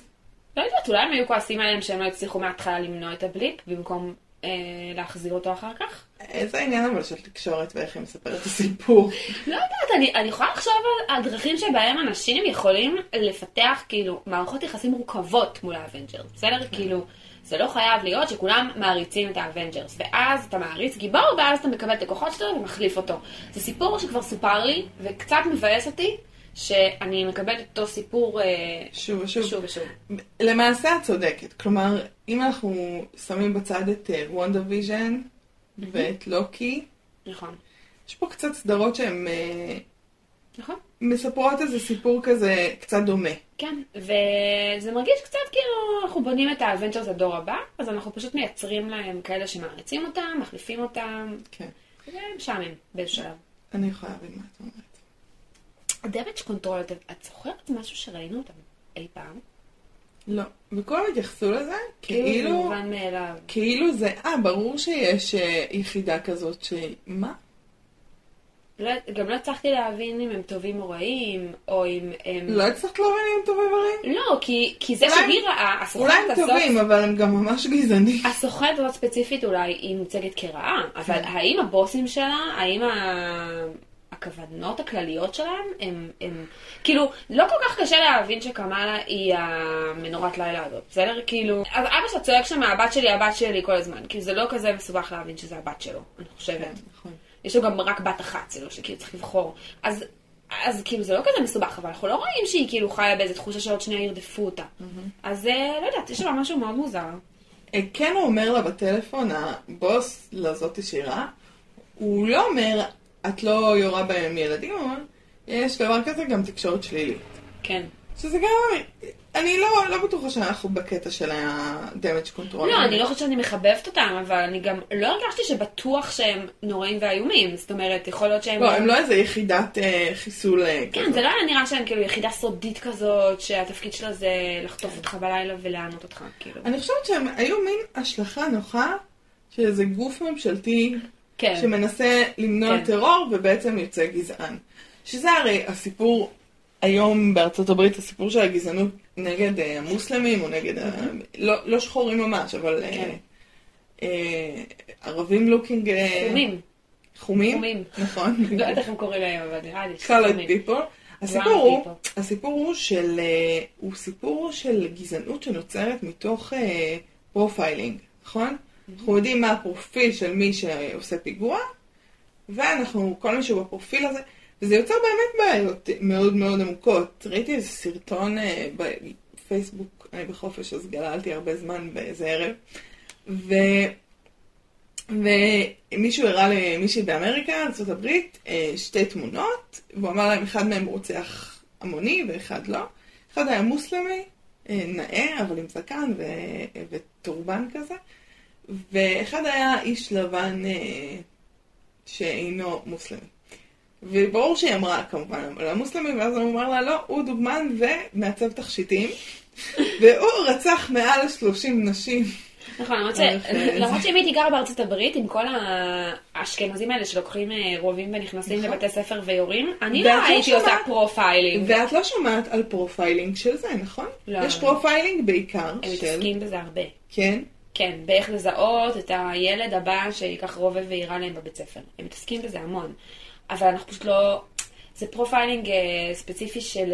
S1: לא יודעת, אולי הם היו כועסים עליהם שהם לא הצליחו מההתחלה למנוע את הבליפ, במקום אה, להחזיר אותו אחר כך.
S2: אה, זה העניין אבל של תקשורת ואיך היא מספרת את הסיפור.
S1: [laughs] לא יודעת, אני, אני יכולה לחשוב על, על דרכים שבהם אנשים יכולים לפתח כאילו מערכות יחסים מורכבות מול האבנג'רס, בסדר? כאילו, זה לא חייב להיות שכולם מעריצים את האבנג'רס, ואז אתה מעריץ גיבור, ואז אתה מקבל את הכוחות שלו ומחליף אותו. זה סיפור שכבר סופר לי, וקצת מבאס אותי, שאני מקבלת אותו סיפור אה,
S2: שוב ושוב.
S1: שוב ושוב.
S2: למעשה את צודקת, כלומר, אם אנחנו שמים בצד את אה, וונדה ויז'ן ואת לוקי,
S1: נכון.
S2: יש פה קצת סדרות שהן... אה,
S1: נכון.
S2: מספרות איזה סיפור כזה קצת דומה.
S1: כן, וזה מרגיש קצת כאילו אנחנו בונים את האבנצ'רס לדור הבא, אז אנחנו פשוט מייצרים להם כאלה שמעריצים אותם, מחליפים אותם,
S2: כן.
S1: זה משעמם באיזשהו שלב.
S2: אני יכולה להבין מה את אומרת.
S1: דמג' קונטרול, את זוכרת משהו שראינו אותם אי פעם?
S2: לא. וכולם התייחסו לזה
S1: כאילו זה
S2: כאילו,
S1: מובן מאליו.
S2: כאילו זה, אה, ברור שיש אה, יחידה כזאת ש... מה?
S1: לא, גם לא הצלחתי להבין אם הם טובים או רעים, או אם הם...
S2: לא הצלחת להבין אם הם טובים ורעים?
S1: לא, כי, כי זה
S2: אולי-
S1: שהיא רעה, הסוכנת
S2: אולי הם
S1: הזאת-
S2: טובים, אבל הם גם ממש גזענים.
S1: הסוכנת הזאת ספציפית אולי היא מוצגת כרעה, אבל
S2: כן.
S1: האם הבוסים שלה, האם ה... הכוונות הכלליות שלהם הם, הם, כאילו, לא כל כך קשה להבין שקמאלה היא המנורת לילה הזאת, בסדר? כאילו, אז אבא שלה צועק שם, הבת שלי, הבת שלי כל הזמן, כאילו זה לא כזה מסובך להבין שזה הבת שלו, אני חושבת.
S2: נכון.
S1: יש לו גם רק בת אחת שלו, שכאילו צריך לבחור. אז, אז כאילו זה לא כזה מסובך, אבל אנחנו לא רואים שהיא כאילו חיה באיזה תחושה שעוד שנייה ירדפו אותה. אז אה, לא יודעת, יש שם משהו מאוד מוזר.
S2: אה, כן הוא אומר לה בטלפון, הבוס לזאת שירה, הוא לא אומר, את לא יורה בהם ילדים, הוא אומר, יש דבר כזה גם תקשורת שלילית.
S1: כן.
S2: שזה גם, אני לא, לא בטוחה שאנחנו בקטע של ה-damage control.
S1: לא, אני לא חושבת שאני מחבבת אותם, אבל אני גם לא הרגשתי שבטוח שהם נוראים ואיומים. זאת אומרת, יכול להיות שהם...
S2: לא, הם לא איזה יחידת אה, חיסול אה,
S1: כן,
S2: כזאת.
S1: זה לא היה נראה שהם כאילו יחידה סודית כזאת, שהתפקיד שלה זה לחטוף אותך בלילה ולענות אותך, כאילו.
S2: אני חושבת שהם היו מין השלכה נוחה של איזה גוף ממשלתי
S1: כן.
S2: שמנסה למנוע
S1: כן.
S2: טרור ובעצם יוצא גזען. שזה הרי הסיפור היום בארצות הברית, הסיפור של הגזענות נגד אה, המוסלמים או נגד, ה... לא, לא שחורים ממש, אבל אה,
S1: Mm-hmm. כן.
S2: אה, ערבים לוקינג... אה,
S1: חומים.
S2: חומים?
S1: חומים.
S2: נכון.
S1: לא יודעת איך הם קוראים להם, אבל נראה לי.
S2: colored
S1: שחומים.
S2: people. הסיפור הוא,
S1: people.
S2: הסיפור הוא של, אה, הוא סיפור של גזענות שנוצרת מתוך אה, פרופיילינג, נכון? אנחנו יודעים מה הפרופיל של מי שעושה פיגוע, ואנחנו, כל מי שהוא בפרופיל הזה, וזה יוצר באמת בעיות מאוד מאוד עמוקות. ראיתי איזה סרטון אה, בפייסבוק, אני בחופש, אז גללתי הרבה זמן באיזה ערב, ו... ומישהו הראה למישהי באמריקה, ארה"ב, שתי תמונות, והוא אמר להם, אחד מהם רוצח המוני ואחד לא. אחד היה מוסלמי, אה, נאה, אבל עם זקן ו... וטורבן כזה, ואחד היה איש לבן אה, שאינו מוסלמי. וברור שהיא אמרה כמובן על המוסלמים, ואז הוא אמר לה, לא, הוא דוגמן ומעצב תכשיטים, והוא רצח מעל 30 נשים.
S1: נכון, למרות ש-
S2: אוקיי.
S1: למרות שאם הייתי גרה בארצות הברית, עם כל האשכנזים האלה שלוקחים אה, רובים ונכנסים
S2: נכון.
S1: לבתי ספר ויורים, אני
S2: ואת
S1: לא
S2: לא
S1: הייתי
S2: שומעת.
S1: עושה פרופיילינג.
S2: ואת לא שומעת על פרופיילינג של זה, נכון?
S1: כן. לא.
S2: יש פרופיילינג בעיקר
S1: הם
S2: של...
S1: מתעסקים בזה הרבה.
S2: כן.
S1: כן, באיך לזהות את הילד הבא שייקח רובה ויירה להם בבית ספר. הם מתעסקים בזה המון. אבל אנחנו פשוט לא... זה פרופיילינג אה, ספציפי של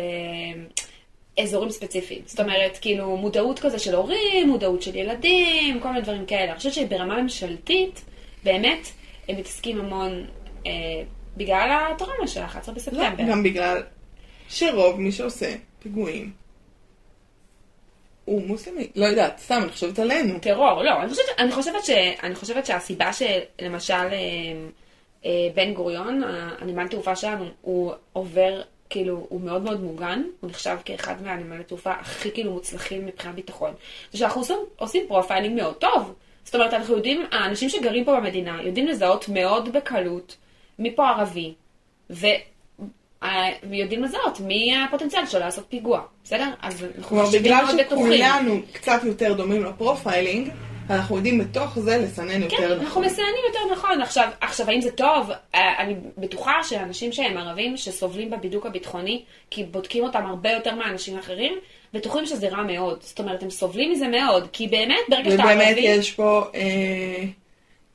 S1: אה, אזורים ספציפיים. זאת אומרת, כאילו, מודעות כזה של הורים, מודעות של ילדים, כל מיני דברים כאלה. אני חושבת שברמה ממשלתית, באמת, הם מתעסקים המון אה, בגלל הטראומה של ה-11
S2: לא,
S1: בספטמבר.
S2: גם בגלל שרוב מי שעושה פיגועים הוא מוסלמי. לא יודעת, סתם, אני חושבת עלינו.
S1: טרור, לא, אני חושבת, אני חושבת, ש, אני חושבת שהסיבה שלמשל אה, אה, בן גוריון, ה- הנמל תעופה שלנו, הוא עובר, כאילו, הוא מאוד מאוד מוגן, הוא נחשב כאחד מהנמלי תעופה הכי כאילו מוצלחים מבחינת ביטחון, זה שאנחנו עושים, עושים פרופיילינג מאוד טוב. זאת אומרת, אנחנו יודעים, האנשים שגרים פה במדינה יודעים לזהות מאוד בקלות מי פה ערבי, ו... אה, ויודעים לזהות מי הפוטנציאל שלו לעשות פיגוע, בסדר? אז אנחנו
S2: כלומר,
S1: חושבים
S2: בגלל
S1: מאוד בטוחים.
S2: שכולנו קצת יותר דומים לפרופיילינג, אנחנו יודעים בתוך זה לסנן יותר
S1: כן, אנחנו
S2: נכון.
S1: מסיינים יותר נכון. עכשיו, עכשיו, האם זה טוב? אה, אני בטוחה שאנשים שהם ערבים, שסובלים בבידוק הביטחוני, כי בודקים אותם הרבה יותר מאנשים אחרים, בטוחים שזה רע מאוד. זאת אומרת, הם סובלים מזה מאוד, כי באמת, ברגע שאתה ערבי...
S2: ובאמת יש פה, אה,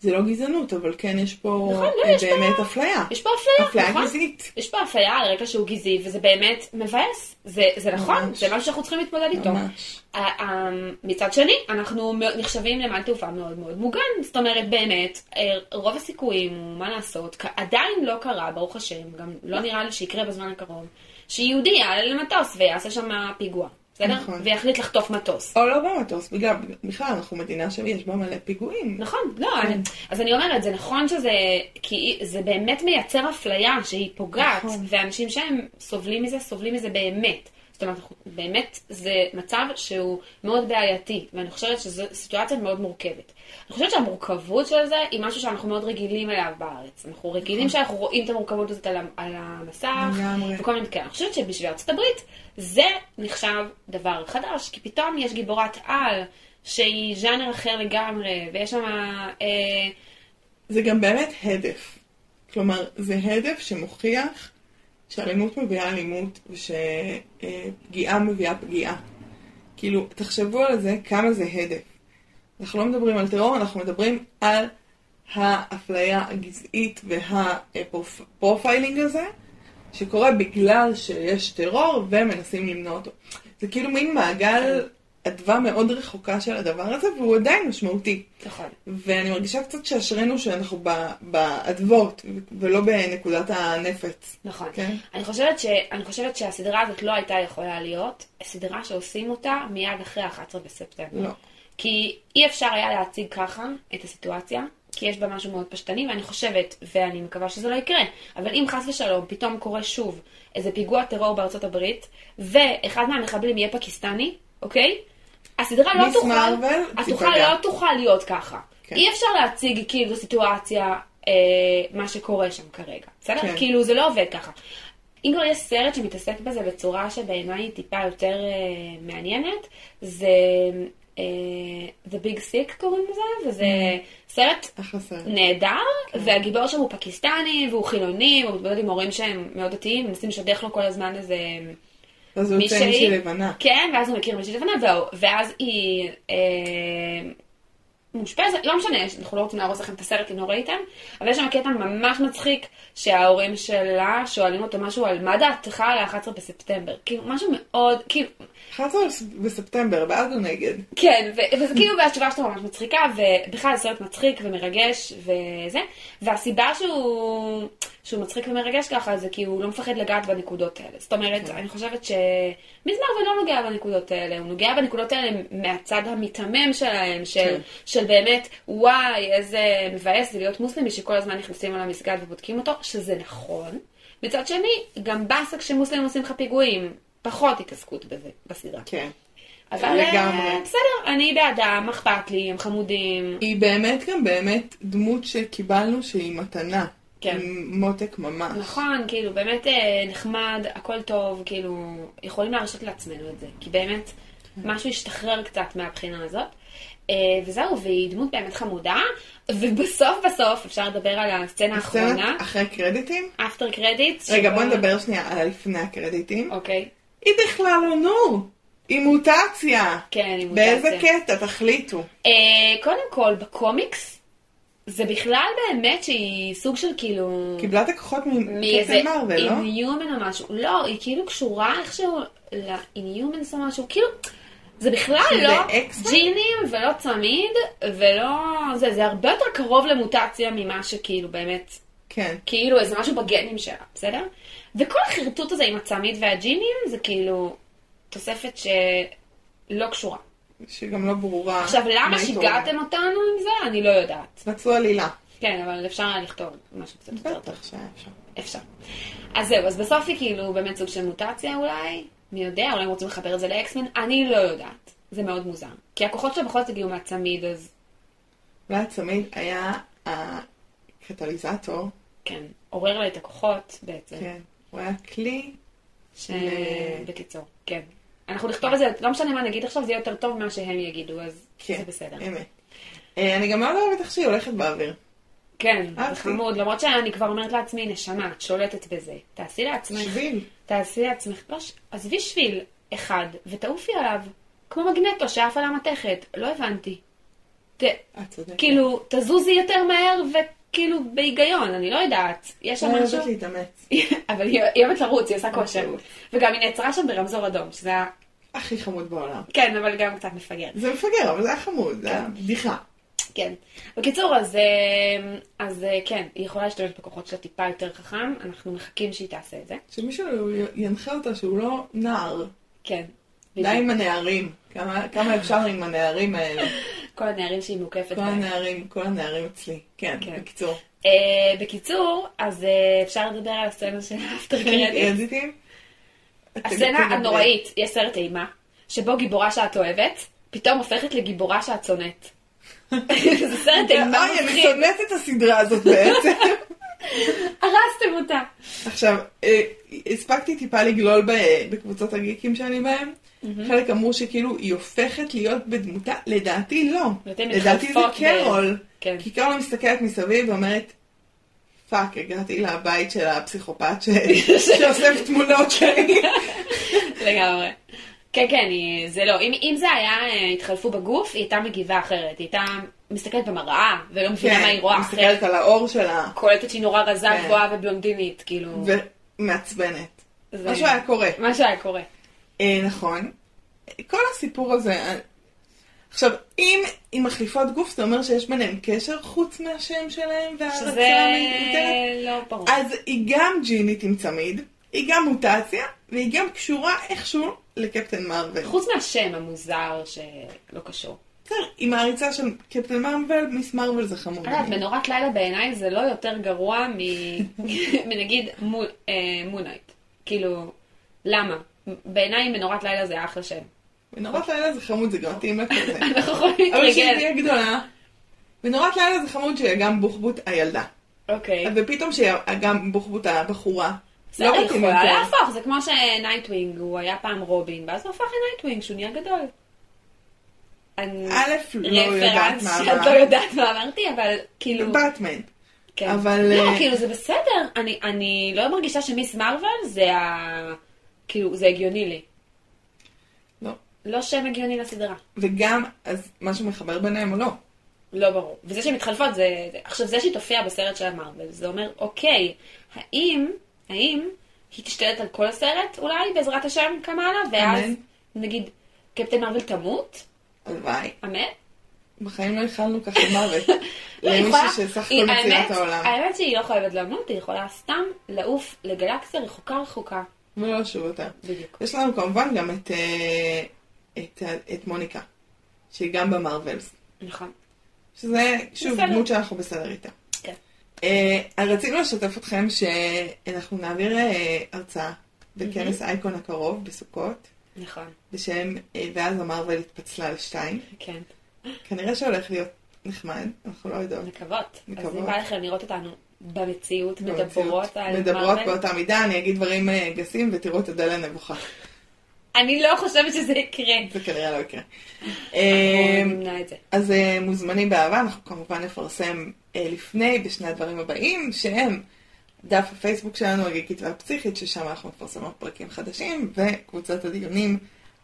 S2: זה לא גזענות, אבל כן יש פה
S1: נכון, לא,
S2: אה,
S1: יש פה-
S2: באמת אפליה.
S1: יש פה אפליה,
S2: אפליה
S1: נכון?
S2: גזעית.
S1: יש פה אפליה על רקע שהוא גזעי, וזה באמת מבאס. זה, זה נכון,
S2: ממש.
S1: זה משהו שאנחנו צריכים להתמודד איתו.
S2: ממש.
S1: ה- ה- מצד שני, אנחנו מאוד- נחשבים למען תעופה מאוד מאוד מוגן. זאת אומרת, באמת, אה, רוב הסיכויים, מה לעשות, כ- עדיין לא קרה, ברוך השם, גם לא נראה לי שיקרה בזמן הקרוב, שיהודי יעלה למטוס ויעשה שם פיגוע, בסדר?
S2: נכון.
S1: ויחליט לחטוף מטוס.
S2: או לא במטוס, בגלל, בכלל אנחנו מדינה שיש בה מלא פיגועים.
S1: נכון, לא, אני, אז אני אומרת, זה נכון שזה, כי זה באמת מייצר אפליה שהיא פוגעת,
S2: נכון.
S1: ואנשים שהם סובלים מזה, סובלים מזה באמת. זאת אומרת, אנחנו- באמת זה מצב שהוא מאוד בעייתי, ואני חושבת שזו סיטואציה מאוד מורכבת. אני חושבת שהמורכבות של זה היא משהו שאנחנו מאוד רגילים אליו בארץ. אנחנו רגילים שאנחנו רואים את המורכבות הזאת על ה- על המסך,
S2: לגמרי.
S1: וכל מיני כאלה. אני חושבת שבשביל ארצות הברית זה נחשב דבר חדש, כי פתאום יש גיבורת על שהיא ז'אנר אחר לגמרי, ויש שם... אה,
S2: זה גם באמת הדף. כלומר, זה הדף שמוכיח שאלימות מביאה אלימות ושפגיעה מביאה פגיעה. כאילו, תחשבו על זה, כמה זה הדף. אנחנו לא מדברים על טרור, אנחנו מדברים על האפליה הגזעית והפרופיילינג הזה, שקורה בגלל שיש טרור ומנסים למנוע אותו. זה כאילו מין מעגל אדווה מאוד רחוקה של הדבר הזה, והוא עדיין משמעותי.
S1: נכון.
S2: ואני מרגישה קצת שאשרינו שאנחנו ב- באדוות, ולא בנקודת הנפץ.
S1: נכון.
S2: כן.
S1: אני חושבת, ש... אני חושבת שהסדרה הזאת לא הייתה יכולה להיות סדרה שעושים אותה מיד אחרי ה-11 בספטמבר.
S2: לא.
S1: כי אי אפשר היה להציג ככה את הסיטואציה, כי יש בה משהו מאוד פשטני, ואני חושבת, ואני מקווה שזה לא יקרה, אבל אם חס ושלום פתאום קורה שוב איזה פיגוע טרור בארצות הברית, ואחד מהמחבלים יהיה פקיסטני, אוקיי? הסדרה לא
S2: מיס
S1: תוכל,
S2: מארוול
S1: הסדרה
S2: תיפגע.
S1: לא תוכל להיות ככה.
S2: כן.
S1: אי אפשר להציג כאילו סיטואציה, אה, מה שקורה שם כרגע, בסדר?
S2: כן.
S1: כאילו זה לא עובד ככה. אם כבר יש סרט שמתעסק בזה בצורה שבעיניי היא טיפה יותר אה, מעניינת, זה אה, The Big Sick קוראים לזה, וזה סרט
S2: אחלה סרט.
S1: נהדר, והגיבור שם הוא פקיסטני, והוא חילוני, הוא מתמודד עם הורים שהם מאוד דתיים, מנסים לשדך לו כל הזמן איזה...
S2: אז הוא יוצא
S1: מישהי-
S2: מישהי לבנה.
S1: כן, ואז הוא מכיר מישהי לבנה, והוא- ואז היא אה, מאושפזת, לא משנה, אנחנו לא רוצים להרוס לכם את הסרט אם לא ראיתם, אבל יש שם קטע ממש מצחיק שההורים שלה שואלים אותו משהו על מה דעתך על ה-11 בספטמבר. כאילו, משהו מאוד, כאילו,
S2: 11 בספטמבר, בעד או נגד?
S1: כן, ו- וזה כאילו, והתשובה שלו ממש מצחיקה, ובכלל זה סרט מצחיק ומרגש וזה, והסיבה שהוא, שהוא מצחיק ומרגש ככה זה כי הוא לא מפחד לגעת בנקודות האלה. זאת אומרת, אני חושבת שמזמר ולא נוגע בנקודות האלה, הוא נוגע בנקודות האלה מהצד המיתמם שלהם, של,
S2: כן.
S1: של שבאמת, וואי, איזה מבאס זה להיות מוסלמי שכל הזמן נכנסים על המסגד ובודקים אותו, שזה נכון. מצד שני, גם באסה כשמוסלמים עושים לך פיגועים, פחות התעסקות בזה בסדרה.
S2: כן.
S1: אבל אה,
S2: לגמרי.
S1: בסדר, אני בעדם, אכפת לי, הם חמודים.
S2: היא באמת גם באמת דמות שקיבלנו שהיא מתנה.
S1: כן.
S2: עם מותק ממש.
S1: נכון, כאילו, באמת אה, נחמד, הכל טוב, כאילו, יכולים להרשות לעצמנו את זה, כי באמת, משהו השתחרר קצת מהבחינה הזאת. אה, וזהו, והיא דמות באמת חמודה, ובסוף בסוף אפשר לדבר על הסצנה האחרונה,
S2: סצנת אחרי קרדיטים?
S1: אפטר קרדיט.
S2: רגע, בוא נדבר שנייה על לפני הקרדיטים.
S1: אוקיי,
S2: היא בכלל לא נור. היא מוטציה.
S1: כן, היא מוטציה.
S2: באיזה קטע? תחליטו.
S1: אה, קודם כל, בקומיקס, זה בכלל באמת שהיא סוג של כאילו...
S2: קיבלה את הכוחות
S1: מאיזה
S2: מקטע מרוויל, לא?
S1: אינהיומן או משהו. לא, היא כאילו קשורה איכשהו לאינהיומנס או משהו. כאילו, זה בכלל
S2: שזה
S1: לא
S2: אקסמן?
S1: ג'ינים ולא צמיד ולא... זה, זה הרבה יותר קרוב למוטציה ממה שכאילו באמת,
S2: כן.
S1: כאילו איזה משהו בגנים שלה, בסדר? וכל החרטוט הזה עם הצמיד והג'ינים זה כאילו תוספת שלא קשורה.
S2: שגם לא ברורה.
S1: עכשיו, למה
S2: מה היא תורמת.
S1: שיגעתם אותנו עם זה? אני לא יודעת.
S2: רצו עלילה.
S1: כן, אבל אפשר היה לכתוב משהו קצת יותר טוב.
S2: בטח שהיה אפשר.
S1: אפשר. אז זהו, אז בסוף היא כאילו באמת סוג של מוטציה אולי, מי יודע, אולי הם רוצים לחבר את זה לאקסמן, אני לא יודעת. זה מאוד מוזר. כי הכוחות שלה בכל זאת הגיעו מהצמיד, אז
S2: אולי הצמיד היה הקטליזטור.
S1: כן, עורר לה את הכוחות בעצם.
S2: כן. הוא היה כלי.
S1: ש... בקיצור, כן. אנחנו נכתוב את זה, לא משנה מה נגיד עכשיו, זה יהיה יותר טוב ממה שהם יגידו, אז
S2: כן.
S1: זה בסדר.
S2: אמת. אה, אני גם מאוד אוהבת איך שהיא הולכת באוויר.
S1: כן,
S2: אהבתי.
S1: זה חמוד, למרות שאני כבר אומרת לעצמי, נשמה, את שולטת בזה. תעשי לעצמך.
S2: שביל.
S1: תעשי לעצמך, לא, ש- עזבי שביל אחד ותעופי עליו, כמו מגנטו שעף על המתכת, לא הבנתי. ת,
S2: את צודקת.
S1: כאילו, תזוזי יותר מהר וכאילו בהיגיון, אני לא יודעת, יש שם
S2: אני
S1: משהו,
S2: אוהבת אה, להתאמץ.
S1: [laughs] אבל היא היא אוהבת לרוץ, היא עושה
S2: אוקיי.
S1: כושר.
S2: לרוץ.
S1: וגם היא נעצרה שם ברמזור אדום, שזה היה,
S2: הכי חמוד בעולם.
S1: כן, אבל גם קצת מפגר.
S2: זה מפגר, אבל זה היה חמוד, זה היה בדיחה.
S1: כן. בקיצור, אז, אה, אז אה, כן, היא יכולה להשתמש בכוחות שלה טיפה יותר חכם, אנחנו מחכים שהיא תעשה את זה.
S2: שמישהו ינחה אותה שהוא לא נער.
S1: כן.
S2: די עם הנערים. כמה- כמה אפשר עם
S1: [laughs]
S2: הנערים האלה.
S1: כל הנערים שהיא מוקפת
S2: כל
S1: בהם.
S2: הנערים, כל הנערים אצלי. כן,
S1: כן.
S2: בקיצור.
S1: אה, בקיצור, אז אה, אפשר לדבר על הסצנה של
S2: כן,
S1: האפטר קרדיט.
S2: קרדיטים? כן,
S1: הסצנה הנוראית, יש סרט אימה, שבו גיבורה שאת אוהבת, פתאום הופכת לגיבורה שאת
S2: [laughs]
S1: שונאת. זה סרט אימה
S2: אוי, אני
S1: מפחיד,
S2: שונאת את הסדרה הזאת בעצם. [laughs]
S1: הרסתם אותה.
S2: עכשיו, אה, הספקתי טיפה לגלול ב- בקבוצות הגיקים שאני בהם. חלק אמרו שכאילו היא הופכת להיות בדמותה, לדעתי לא.
S1: ואתם
S2: לדעתי זה
S1: מתחלפות ב-
S2: קרול. [laughs]
S1: כן.
S2: כי קרול מסתכלת מסביב ואומרת, פאק, הגעתי לבית של
S1: [laughs]
S2: הפסיכופת ש- שאוסף תמונות שלי.
S1: לגמרי. כן, כן, היא- זה לא. אם אם זה היה, אה, התחלפו בגוף, היא הייתה מגיבה אחרת. היא הייתה מסתכלת במראה, ולא מבינה
S2: כן,
S1: מה היא רואה אחרת.
S2: מסתכלת על האור שלה,
S1: קולטת שהיא נורא רזה,
S2: כן.
S1: גבוהה ובלונדינית, כאילו.
S2: ומעצבנת.
S1: זה-
S2: משהו היה קורה.
S1: מה שהיה קורה.
S2: אה, נכון. כל הסיפור הזה... אה, עכשיו, אם הן מחליפות גוף, זה אומר שיש ביניהם קשר חוץ מהשם שלהם וההרצה
S1: שזה
S2: המיותרת?
S1: לא ברור.
S2: אז היא גם ג'ינית עם צמיד, היא גם מוטציה, והיא גם קשורה איכשהו לקפטן מרוויל.
S1: חוץ מהשם המוזר שלא קשור.
S2: בסדר, עם העריצה של קפטן מרוויל, מיס מרוויל זה חמור.
S1: אני יודעת, מנורת לילה בעיניי זה לא יותר גרוע מ- [laughs] מנגיד מו- אה, מונייט. כאילו, למה? בעיניי מנורת לילה זה אחלה שם. [laughs]
S2: מנורת לילה זה חמוד, זה גם מתאים לכזה.
S1: אנחנו יכולים
S2: אבל כשהיא
S1: להתרגל.
S2: תהיה גדולה, מנורת לילה זה חמוד שיהיה גם בוחבוט הילדה.
S1: אוקיי.
S2: ופתאום שיהיה גם בוחבוט הבחורה.
S1: בסדר, היא
S2: מתאים
S1: יכולה
S2: יותר.
S1: להפוך, זה כמו שנייטווינג, הוא היה פעם רובין, ואז הוא הפך לנייטווינג, שהוא נהיה גדול. אני-
S2: א', לא יודעת
S1: רפרנס
S2: מה
S1: שאת לא
S2: אמרת.
S1: יודעת מה אמרתי, אבל כאילו...
S2: באטמן.
S1: כן.
S2: אבל,
S1: לא,
S2: אה,
S1: כאילו זה בסדר, אני, אני לא מרגישה שמיס מרוויל זה ה... כאילו, זה הגיוני לי.
S2: לא.
S1: לא שם הגיוני לסדרה.
S2: וגם, אז משהו מחבר ביניהם או לא?
S1: לא ברור. וזה שהן מתחלפות, זה... זה- עכשיו, זה שהיא תופיע בסרט של המרוויל, זה אומר, אוקיי, האם, האם היא תשתלט על כל הסרט, אולי, בעזרת השם, קמאלה, ואז,
S2: אמן.
S1: נגיד, קפטן מרוויל תמות?
S2: הלוואי.
S1: אמן?
S2: בחיים לא איחלנו
S1: [laughs]
S2: ככה מוות.
S1: לא, היא יכולה-
S2: למישהי שסך
S1: היא-
S2: הכל מצילה את
S1: האמת-
S2: העולם.
S1: האמת שהיא לא חייבת למות, היא יכולה סתם לעוף לגלקסיה רחוקה רחוקה.
S2: ולא שוב אותה.
S1: בדיוק.
S2: יש לנו כמובן גם את, אה, את, ה- את מוניקה, שהיא גם במרווילס.
S1: נכון.
S2: שזה, שוב,
S1: בסדר.
S2: דמות שאנחנו בסדר איתה.
S1: כן.
S2: אה, אז רצינו לשתף אתכם שאנחנו נעביר אה, הרצאה בכנס אייקון הקרוב בסוכות,
S1: נכון,
S2: בשם אה, ואז המרוויל התפצלה לשתיים.
S1: כן.
S2: כנראה שהולך להיות נחמד, אנחנו לא יודעות.
S1: מקוות. אז
S2: מקוות.
S1: אם בא לכם לראות אותנו במציאות,
S2: במציאות.
S1: מדברות על
S2: מדברות
S1: מרוויל,
S2: באותה מידה, אני אגיד דברים אה, גסים ותראו את הדלת הנבוכה.
S1: אני לא חושבת שזה יקרה.
S2: זה כנראה לא יקרה.
S1: אנחנו
S2: אה,
S1: נמנע את זה.
S2: אז אה, מוזמנים באהבה, אנחנו כמובן נפרסם אה, לפני בשני הדברים הבאים, שהם דף הפייסבוק שלנו, הגיקית והפסיכית, ששם אנחנו מפרסמות פרקים חדשים, וקבוצת הדיונים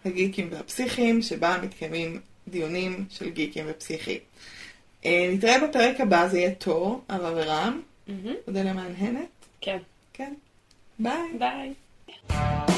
S2: הגיקים והפסיכים, שבה מתקיימים דיונים של גיקים ופסיכים. אה, נתראה בפרק הבא, זה יהיה תור, הרב ורם,
S1: מהמם.
S2: אודליה מהנהנת,
S1: כן,
S2: כן, ביי.
S1: ביי.